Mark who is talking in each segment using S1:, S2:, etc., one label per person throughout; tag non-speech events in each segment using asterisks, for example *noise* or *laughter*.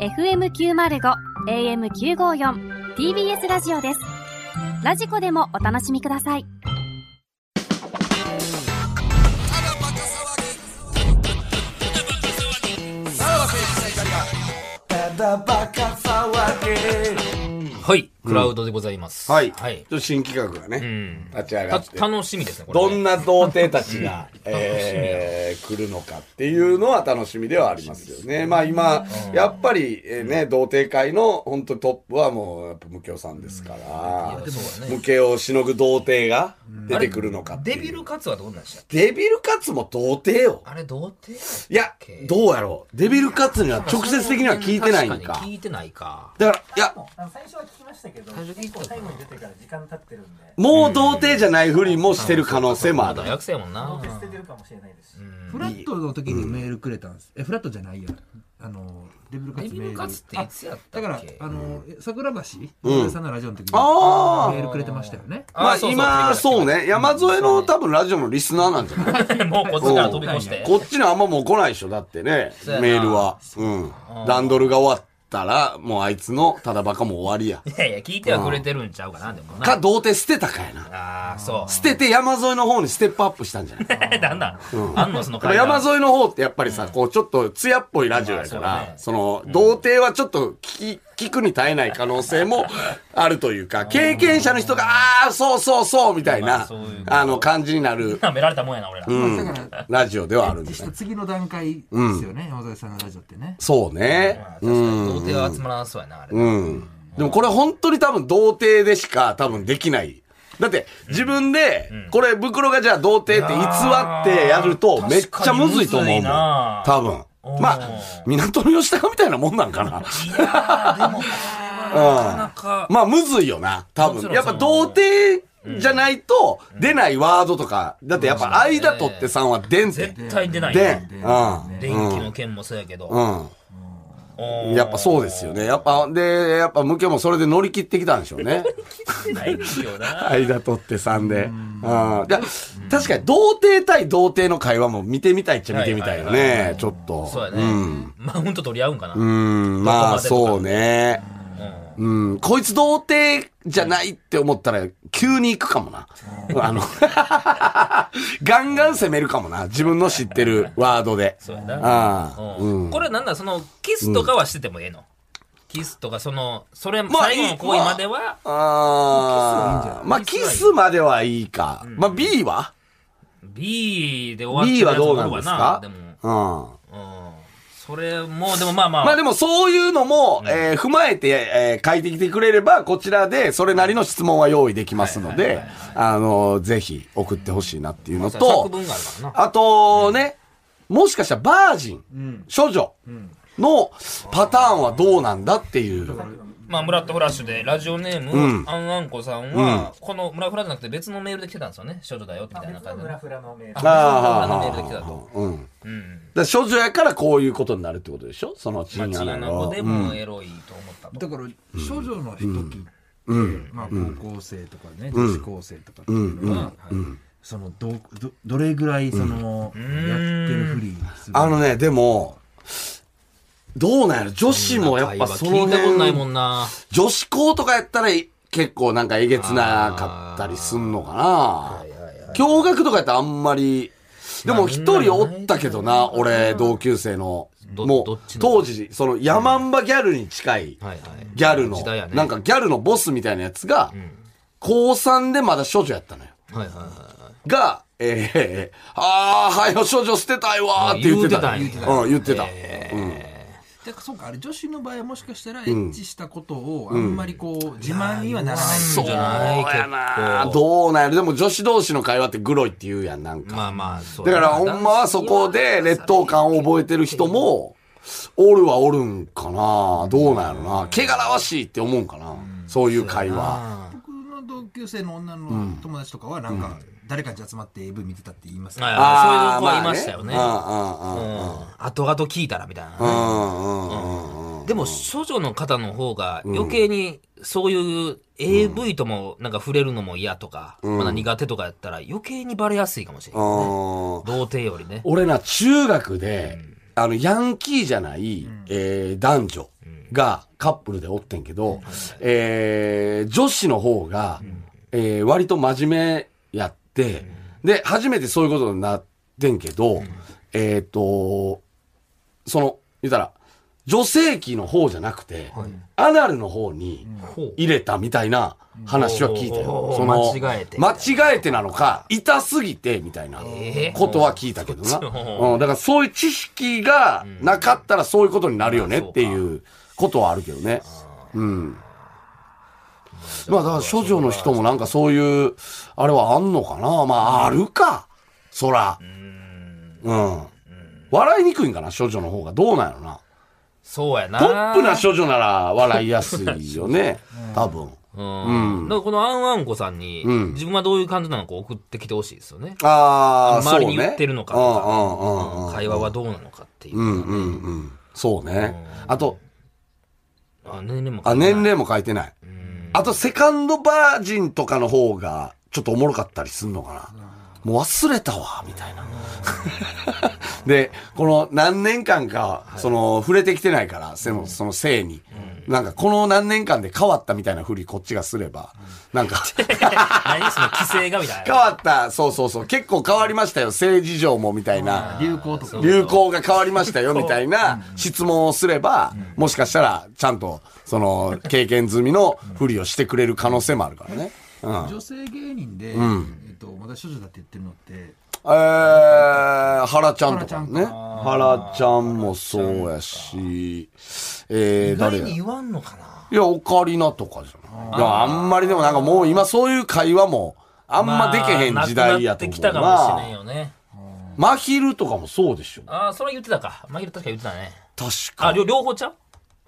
S1: FM905 AM954 TBS ラジオですラジコでもお楽しみください
S2: はい、クラウドでございます。
S3: はい。
S2: は
S3: ちょ
S2: い
S3: っ。と新企画がね、
S2: うん。
S3: 立ち上が
S2: た
S3: って。
S2: 楽しみですね、これね。
S3: どんな童貞たちが、えー、来るのかっていうのは楽しみではありますよね。まあ今、やっぱり、えーね、童貞界の本当トップはもう、やっぱ、ムケオさんですから、
S2: そうだね
S3: ムケオをしのぐ童貞が出てくるのかってい
S2: デ
S3: う
S2: ビルカツはどんなんでしたっけ
S3: デビルカツも童貞よ。
S2: あれ、童貞
S3: いや、どうやろう。デビルカツには直接的には聞いてないん
S2: 確
S3: か
S2: か。に聞いてないか。
S3: だから、いや、
S4: あの最初は聞きましたけど、結構最後に出てから時間経ってるんで、
S3: もう童貞じゃないふりもしてる可能性もある
S2: まだ。学生やもんな。
S4: 捨ててるかもしれないですし、
S5: フラットの時にメールくれたんです。え、フラットじゃないや。あの、デビルカ
S2: デ
S5: ツ
S2: ビ
S5: メ
S2: ルカツっ
S5: ー
S2: て
S5: ル。あ
S2: いつやった
S5: だ
S2: っ
S5: から
S2: け、
S5: あの、桜橋、
S3: うん
S5: うさんのラジオの時にメ
S3: あー
S5: ールくれてましたよね。
S3: まあ今、そう。ね。山添の多分ラジオのリスナーなんじゃない
S2: そうそうもう *laughs* こっちから飛び越して。
S3: こっちにあんまもう来ないでしょ。だってね、
S2: そうやな
S3: メールは。うん。段取りが終わったら、もうあいつのただバカも終わりや。
S2: いやいや、聞いてはくれてるんちゃうかな、でもな。
S3: か、童貞捨てたかやな。
S2: ああ、そう。
S3: 捨てて山添の方にステップアップしたんじゃない
S2: て *laughs* なんだ。あんの、その
S3: でも
S2: 階段
S3: 山添の方ってやっぱりさ、こうちょっと艶っぽいラジオやか
S2: まあそう
S3: ら
S2: ね、
S3: その、童貞はちょっと聞き聞くに耐えない可能性
S2: *laughs*
S3: もあるというか、経験者の人が、ああ、そうそうそう、みたい
S2: ま
S3: な
S2: あそういう、
S3: あの、感じになる、
S2: 舐められたもんやな、俺ら。
S3: うん
S5: だから、
S3: ラジオではあるんで
S5: 実
S3: す
S5: した
S3: ね。
S5: 次の段階ですよね、山添さんのラジオってね。
S3: そうね
S2: まあ。確
S3: う
S2: かに
S3: ん。
S2: 童貞は集まらなそうやな、あれ。
S3: うん。でもこれ本当に多分童貞でしか多分できない。だって自分で、これ袋がじゃあ童貞って偽ってやると
S2: うん
S3: めっちゃむずいと思うもん。
S2: 確か
S3: 多分
S2: お。ー
S3: まあ、港の吉高みたいなもんなんか
S2: *laughs*
S3: な。
S2: いやー、でも、なかなか。
S3: まあむずいよな、多
S2: もち
S3: 分。
S2: ろん
S3: やっぱ童貞じゃないと出ないワードとか、だってやっぱ間取ってさんは出んて。
S2: 絶対出ない
S3: 出
S2: ね
S3: ん。うん。
S2: 電気の件もそうやけど。
S3: うん。
S2: おー
S3: やっぱそうですよね。やっぱ、で、やっぱ向けもそれで乗り切ってきたんでしょう
S2: *laughs*
S3: ね。
S2: ないですよな。
S3: *laughs* 間取って3で。うん。いや確かに、童貞対童貞の会話も見てみたいっちゃ見てみたいよ
S2: はいはいはいは
S3: ね。ちょっと。
S2: そうやね。マウント取り合うんかな。
S3: うん。うん。まあ、そうね。
S2: うん
S3: うん。こいつ童貞じゃないって思ったら、急に行くかもな。あの、 *laughs* ガンガン攻めるかもな。自分の知ってるワードで。
S2: そうやな。
S3: ああ。
S2: う
S3: うんん。
S2: これなんだ、その、キスとかはしててもええの。キスとか、その、それ、
S3: まあ
S2: 最後の行為までは、
S3: ああ。まあ、キスまではいいか。まあ、B は
S2: B で終わっ
S3: ?B
S2: てる
S3: は
S2: やつの
S3: ど
S2: 方
S3: うなん
S2: が
S3: ですか
S2: でも、
S3: うん。
S2: うん。それも、でもまあまあ。
S3: まあでもそういうのも、えー踏まえて、えー書いてきてくれれば、こちらでそれなりの質問は用意できますので、あのーぜひ送ってほしいなっていうの
S2: 作
S3: と、
S2: 文があるからな。
S3: あとね、もしかしたらバージン、処女のパターンはどうなんだっていう。
S2: まあ、村とフラッシュで、ラジオネーム、あんあんこさんは、この村フラじゃなくて別のメールで来てたんですよね。少女だよ、みたいな
S4: 別の
S2: 感じ
S4: ム
S2: で
S4: ラ。フラのメール、
S2: あ
S3: あ
S2: 村のメールで来てたと。
S3: ーうん。
S2: うん。
S3: だから処女やからこういうことになるってことでしょそのチ
S2: まあ、
S3: ンア
S2: チ
S3: ナ
S2: アナゴ
S3: ゴ。
S2: で
S3: うん
S2: もエロいと思ったと。
S5: だから、少女の時って、まあ、高校生とかね、女子高生とかっていうのは、はいそのどど、どれぐらい、その、やってるふりする
S3: あのね、でも、どうなんやろ女子もやっぱその
S2: 聞い
S3: 辺
S2: たことないもんな。
S3: 女子校とかやったら結構なんかえげつなかったりすんのかな驚愕とかやったらあんまり、でも一人おったけどな、俺、同級生の。
S2: ど
S3: も
S2: ど
S3: う
S2: っち、の
S3: 当時、その、ヤマンバギャルに近い、
S2: はいはい。
S3: ギャルの
S2: 時代や、ね
S3: なんかギャルのボスみたいなやつが、高3でまだ少女やったのよ。
S2: はいはいは
S3: が、えー、あー、はいよ、少女捨てたいわーって言ってた。
S2: 言うてたんや
S3: うん、言ってた。
S5: だからそうかあれ女子の場合はもしかしたらエッチしたことをあんまりこう、自慢にはならない
S2: そうじゃない
S3: そうやなどうなんやろでも女子同士の会話ってグロいって言うやん、なん
S2: い。
S3: か。
S2: まあまあ、そう
S3: だ
S2: や
S3: か
S2: な。
S3: らほんまはそこで劣等感を覚えてる人も、おるはおるんかなどうなんやろな汚らわしいって思うんかなそういう会話。
S5: 僕の同級生の女の友達とかはなんか誰かに集まって AV 見てたって言いますけど、
S2: はい
S3: あー
S2: はいそういう子はいましたよね。
S3: まあ
S2: う
S3: ね
S2: ん後々聞いたらみたいな。
S3: うんうんうんうんうんうん。
S2: でも、処女の方の方が余計にそういう AV ともなんか触れるのも嫌とか、まだ苦手とかやったら余計にバレやすいかもしれない。
S3: うん
S2: 童貞よりね。
S3: 俺な、中学で、あの、ヤンキーじゃない、えー男女がカップルでおってんけど、えー女子の方が、えー割と真面目やって、で、初めてそういうことになってんけど、えっと、その、言ったら、女性器の方じゃなくて、アナルの方に
S2: ほ
S3: 入れたみたいな話は聞いたよ
S2: う。ん
S3: その
S2: 間違えて
S3: 間違えてなのか、痛すぎてみたいな
S2: えー
S3: ことは聞いたけどな。
S2: そっちの
S3: うん、だからそういう知識がなかったらそういうことになるよねっていうことはあるけどね。うん。まあだから処女の人もなんかそういう、あれはあんのかなまああるか。そら。うん。笑いにくいんかな処女の方が。どうなんやろな。
S2: そうやな
S3: ポップな処女なら笑いやすいよね。多分。
S2: うん。だからこのあんあんこさんに、
S3: うん
S2: 自分はどういう感じなのか送ってきてほしいですよね。
S3: ああ、
S2: 周りに
S3: そうね
S2: 言ってるのかと
S3: うんうんうんう
S2: か、
S3: ん
S2: 会話はどうなのかっていうう。
S3: んうんうん。そうね。あと、
S2: あ年齢も。
S3: あ、年。齢も書いてない。あと、セカンドバージンとかの方が、ちょっとおもろかったりすんのかな。もう忘れたわ、みたいな。 *laughs* で、この何年間か、その、触れてきてないから、その、その性に。なんか、この何年間で変わったみたいなふり、こっちがすれば、なん
S2: *laughs*
S3: か、
S2: 何その規制がみたい
S3: *laughs* 変
S2: な。
S3: わった、そうそうそう、結構変わりましたよ、性事情も、みたいな。
S5: 流行とか
S3: 流行が変わりましたよみたいな質問をすれば、もしかしたらちゃんとその経験済みのふりをしてくれる可能性もあるからね。うん。え
S5: 女性芸人で、えっと、まだ処女だって言ってるのって
S3: ー、原ちゃんと
S5: 原ち
S3: か
S5: ゃん
S3: ね。原ちゃんもそうやし、えー、
S2: 意外
S3: 誰
S2: に
S3: や
S2: 言わんのかない
S3: や、オカリナとかじゃない。いや、あんまりでもなんかもう今そういう会話もあんまでけへん時代やと思う
S2: まあなくなってきたかもしれん
S3: な。
S2: よね。
S3: まひるとかもそうでしょ。
S2: ああ、それは言ってたか。マギル確か言ってたね。
S3: 確か。
S2: あ、両両方ちゃう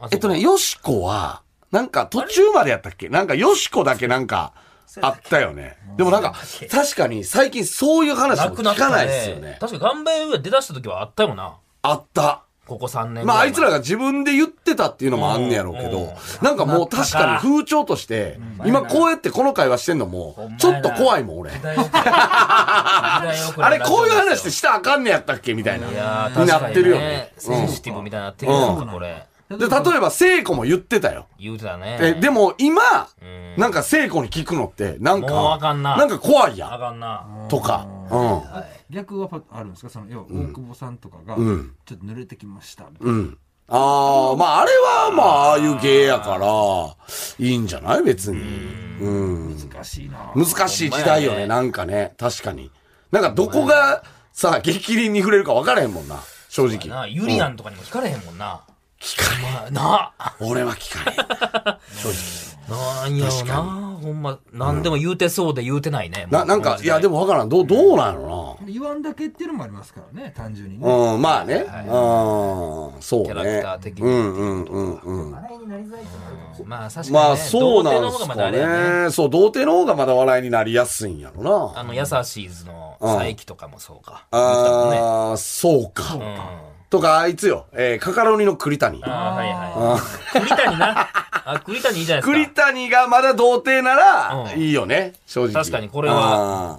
S2: あ
S3: えっとね、。よしこは、なんか途中までやったっけなんかよしこだけなんか、あったよね。でもなんか、確かに最近そういう話
S2: そうかな
S3: も
S2: くな
S3: 聞
S2: った
S3: か
S2: ね。
S3: ないですよね。
S2: 確かに、ガンバイが出だした時はあったよな。
S3: あった。
S2: ここ3年。
S3: まああいつら
S2: が。
S3: が自分で言ってたっていうのもあんねやろうけ
S2: うん
S3: ど、なんかもう確かに風潮として、今こうやってこの会話してんの
S2: ほんま
S3: も
S2: や、な
S3: ちょっと怖いもん俺。
S2: 時代遅れ
S3: あれこういう話って
S2: し
S3: したらあかんねやったっけみたいな。
S2: い
S3: で、
S2: やー
S3: にな
S2: 確か
S3: ってるよ
S2: ね
S3: ね。
S2: センシティブみたいになってるよ
S3: う
S2: なこれ。
S3: 例えば聖子も言ってたよ。
S2: 言うてたね。
S3: え、でも今、
S2: うん
S3: なんか聖子に聞くのって、なんか、
S2: もうあかんな
S3: なんか怖い
S2: あ
S3: や
S2: かんな。
S3: ん、とか。うん。
S5: 逆はパあるんですかその要は大久保さんとかが、
S3: ん
S5: ちょっと濡れてきましたみたいな、
S3: うん。ああ、まあ、あれは、まあ、ああいう芸やから、いいんじゃない別に。うん。
S5: 難しいな
S3: 難しい時代よ
S2: ほんまやね
S3: ね、なんかね。確かに。なんか、どこが、さ、激鱗に触れるか分からへんもんな。正直。
S2: なユリアンとかにも聞かれへんもんな。
S3: 聞かれへん。
S2: まあなあ。
S3: 俺は聞かれへん。
S2: *laughs*
S3: 正直。
S2: なんやろな。ほんま、なんでも言うてそうで言うてないね。
S3: な、なんか、いや、で
S2: も
S3: も分からん。どう、どうなんやろ
S5: 言わんだけっていうのもありますからね単純にね、
S3: な。うん、まあね。うん、そうね。
S2: キャラクター的に
S3: うん、うん、うん、うん。
S4: 笑いになりづらいってのもあるかもしれない。
S2: まあ、確かにね。
S3: まあ、そうなん
S2: 童
S3: す
S2: 貞の方が
S3: か
S2: まだあれやね。
S3: ね。そう、童貞の方がまだ笑いになりやすいんやろな。
S2: あの、ヤサシーズの
S3: うん
S2: 佐伯とかもそうか。あ。
S3: ああ、そうか。
S2: うん。
S3: とか、あいつよ。えー、カカロニの栗谷。
S2: あーはいはい。栗谷な。あ、栗谷いいじゃないで
S3: 栗
S2: すか。
S3: 谷がまだ童貞なら、
S2: うん
S3: いいよね。正直。
S2: 確かにこれは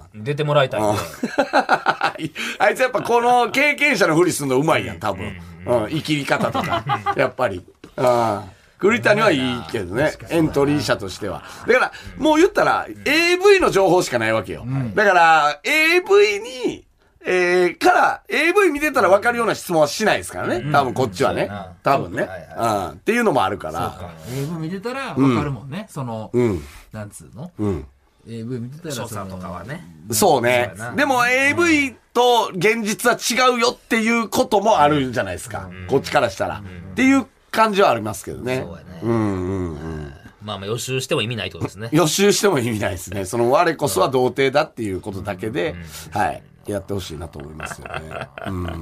S3: あ
S2: 出てもらいたいね。
S3: ー。 *laughs* あいつやっぱこの経験者のふりするのうまいやん、多分。うん、生きり方とか。やっぱり。あー栗谷はいいけどね。エントリー者としては。だから、もう言ったら、AV の情報しかないわけよ。だから、AV に、えー、から、AV 見てたら分かるような質問はしないですからね。多分こっちはね
S2: そうやな。
S3: 多分ね。
S2: そうかはい
S3: うん。っていうのもあるから。
S5: AV 見てたら分かるもんね、その、
S3: うん。
S5: なんつうの
S3: うん。
S5: AV 見てたら
S2: 翔
S5: そ
S2: さ
S5: の
S2: んとかはね。
S3: そうね
S2: そうやな。
S3: でも AV と現実は違うよっていうこともあるんじゃないですか。こっちからしたら。っていう感じはありますけどね。
S2: そうやね
S3: うんうんうん。
S2: まあまあ予習しても意味ないってことですね。
S3: 予習しても意味ないですね。その我こそは童貞だっていうことだけで、はい。やってほしいなと思いますよね。うん。まあ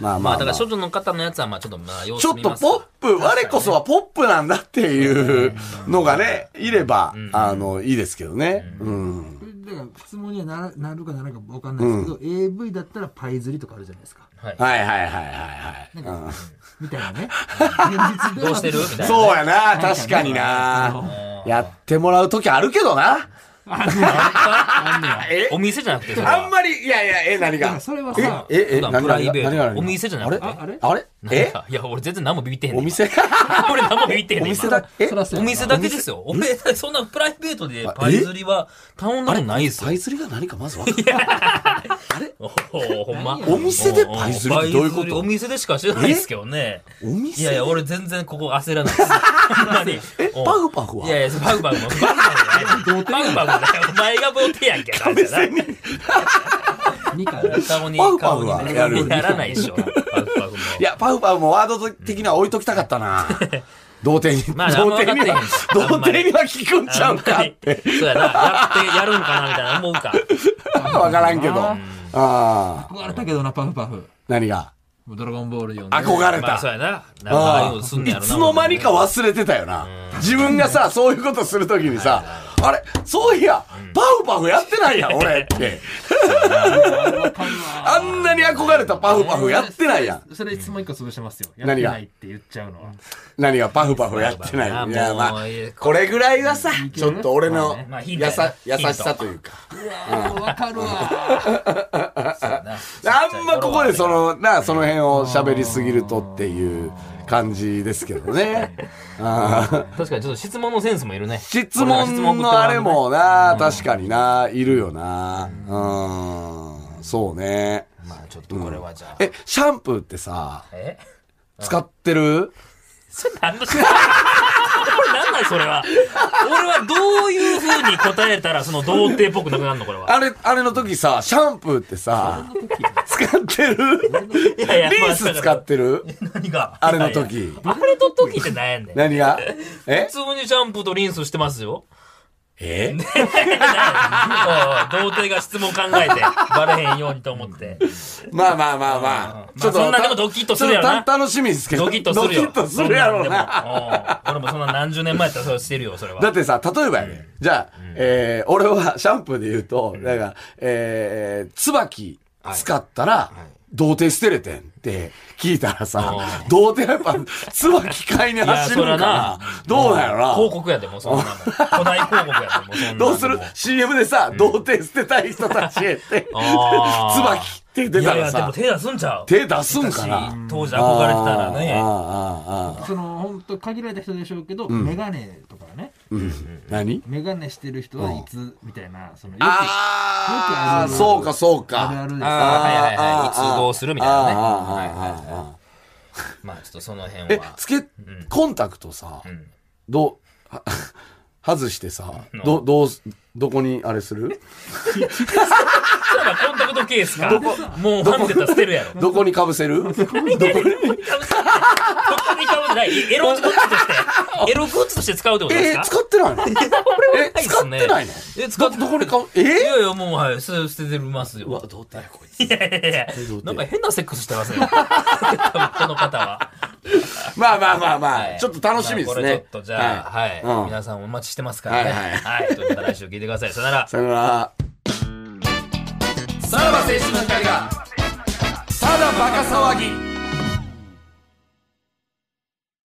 S2: ま
S3: ま
S2: あ
S3: あ
S2: だか
S3: まあ。
S2: ら
S3: ち
S2: 処
S3: ょ
S2: 女の方のやつはまあちょっとまあ様子
S3: っ
S2: 見
S3: と
S2: ます
S3: ポップ、我こそはポップなんだっていうのがね、いれば、あの、いいですけどね。うん。
S5: これだから質問にはならなるかならないか分かんないですけど、AV だったらパイ釣りとかあるじゃないですか
S2: はい。
S3: はいはいはいはいはい。
S5: なん
S3: うん
S5: か、みたい *laughs* なね現実で
S2: どうしてるみたいなね。
S3: そうやな、確かにな。やってもらう時あるけどな。
S2: えお店じゃなくてそれ
S3: あん
S2: は
S3: まり、いやいや、え、何が
S5: やそれはさ
S3: え、え、え、
S2: 普段
S3: 何
S2: プ
S3: が
S2: ライベ
S3: 何が
S2: ー
S3: 何
S2: ト
S3: が
S2: お店じゃなくて
S5: あれ
S3: あれ
S2: なん
S3: え
S2: かいや俺全然何もビビってへんねん
S3: お店
S2: 今俺何もビビってへ
S3: *laughs*
S2: ん
S3: お
S2: ねん今
S3: 店だえ
S5: そらそう
S2: お
S5: やな
S2: 店だけですよ俺そんなプライベートでパイ釣りは頼んだことないですよ
S3: パイ釣りが何かまず分かる。
S2: おーほんま。
S3: お店でパイ釣りってどういうこと
S2: パイ釣りお店でしかしてないですけどね。
S3: お
S2: い
S3: 店
S2: やいや、俺全然ここ焦らな
S3: *laughs*
S2: いです。ほんまに。え、
S3: パフパフはい
S2: やいや、パグパグも。パグパグも。パグパグも。お前が童貞やんけ。亀仙人。
S5: 二回や
S2: 顔に、
S3: パグパ
S2: 顔
S3: グ
S2: に
S3: は
S2: ね。
S3: やる
S2: やらないでしょ。パグパグも。
S3: いや、パフパフもワード的には置いときたかったな。童貞に。
S2: *laughs* まあ
S3: 童貞には
S2: あんま分かってへ
S3: 童貞
S2: ん、
S3: には聞くんちゃうかって。
S2: あんまりそうやな。やって、やるんかなみたいな思うか。
S3: *laughs* わからんけど。ああー。
S5: 憧れたけどなパフパフ
S3: 何が
S5: もうドラゴンボール読んで
S3: 憧れ
S2: まあ、
S3: た
S2: そう。やな。なんか、ああい
S3: あ
S2: うのすんね
S3: あ
S2: や
S3: い
S2: ろな。
S3: つの間にか忘れてたよな。自分がさ、そういうことするときにさ、あれ、そういや、パフパフやってないやん、俺って。あんなに憧れたパフパフやってないやん。
S5: それ質問一個潰してますよやっ
S3: 何
S5: て
S3: が
S5: ないって言っちゃうのは
S3: 何がパフパフやってないやん。いや、まあ、これぐらいがさ、ちょっと俺の
S2: まあヒント
S3: や
S2: や
S3: さ
S2: な
S3: 優しさというか。
S5: わかるわ
S3: あんまここでその、な、その辺を喋りすぎるとっていう感じですけどね。あー
S2: 確かにちょっと質問のセンスもいるね。
S3: 質問のあれもな、確かにな、いるよな。うん、そうね。
S2: まあちょっとこれはじゃあ。
S3: え、シャンプーってさ、
S2: え *laughs*
S3: 使ってる
S2: それ何の質問これ何なんそれは。俺はどういう風に答えたらその童貞っぽくなくなるのこれは。
S3: あれ、あれの時さ、シャンプーってさ、使ってる
S2: いやいや
S3: リース使ってる
S2: 何が
S3: あれの
S2: いやい
S3: 時。
S2: やあれの時って悩んでん。
S3: 何がえ
S2: 普通にシャンプーとリンスしてますよ。
S3: え
S2: おい童貞が質問考えて、バレへんようにと思って。
S3: まあまあまあまあ。
S2: まあそんなでもドキッとするやろな
S3: ちょっとた楽しみですけど。
S2: ドキッとするよ。
S3: ドキッとするやろうな。
S2: そんなんでも。おう俺もそんな何十年前やったらそうしてるよ、それは。
S3: だってさ、例えばやね、じゃあ、えー俺はシャンプーで言うと、なんか、えー、椿使ったら、童貞捨てれてんって聞いたらさ、童貞やっぱ、椿買いに走るんか
S2: いや
S3: な。どうなんやろな。
S2: 広告やで、もうそんなの。古代広告やで、もうそんなの。
S3: どうする
S2: も
S3: ?CM でさ、童貞捨てたい人たちへって、
S2: あー
S3: 椿って
S2: う
S3: 出
S2: い
S3: た
S2: やい
S3: ら
S2: や、でも
S3: さ、
S2: 手出すんちゃう
S3: 手出すんかな。
S2: 当時憧れてたら
S3: あー
S2: ね。
S3: あーあーあ
S5: その本当限られた人でしょうけど、メガネとかね
S3: ーうん何
S5: メガネしてる人はいつみたいなそのよくあ
S3: ああ、
S5: よくあるある
S3: そうかそうか。
S5: るあるで
S2: あ
S5: さ
S2: あ、はいはいはい。いつどうするみたいなね。
S3: ああ
S2: はい
S3: ああ
S2: は
S3: あ
S2: い
S3: あ
S2: はい。まあちょっとその辺
S3: え
S2: は、。
S3: つけ、コンタクトさ、どう、は外してさ、ど、どうす、どこにあれする
S2: ただコンタクトケースか。もうファン出たら捨てるやろ。
S3: どこにかぶせ
S2: *laughs*
S3: るどこに
S2: 特に買うない。エログッズとして、
S3: *laughs*
S2: エログッズとして使うってことです
S3: えー
S2: か
S3: 使って
S2: *laughs*
S3: ないのえ、
S2: ないっ
S3: 使っ
S2: す
S3: て
S2: ね
S3: ないの
S2: え、使って
S3: どこにかぶ、
S2: い
S3: え
S2: やいや、もう、はい、捨て捨ててます
S3: うわ、
S2: よ。
S3: どうだよ、こい
S2: い
S3: つ。
S2: やいやいや
S3: どうぞ
S2: なんか変なセックスしてます
S3: *laughs*
S2: ね。多分この方は。
S3: まあまあまあ
S2: は
S3: まあ、
S2: い
S3: ちょっと楽しみです
S2: まあこれちょ
S3: ね
S2: っ。とじゃあ、はい、
S3: うん
S2: 皆さんお待ちしてますからね。
S3: はい
S2: はい。ということで来週聞いてください。さよなら。
S3: さよなら。さらば青春の光が、ただバカ騒ぎ。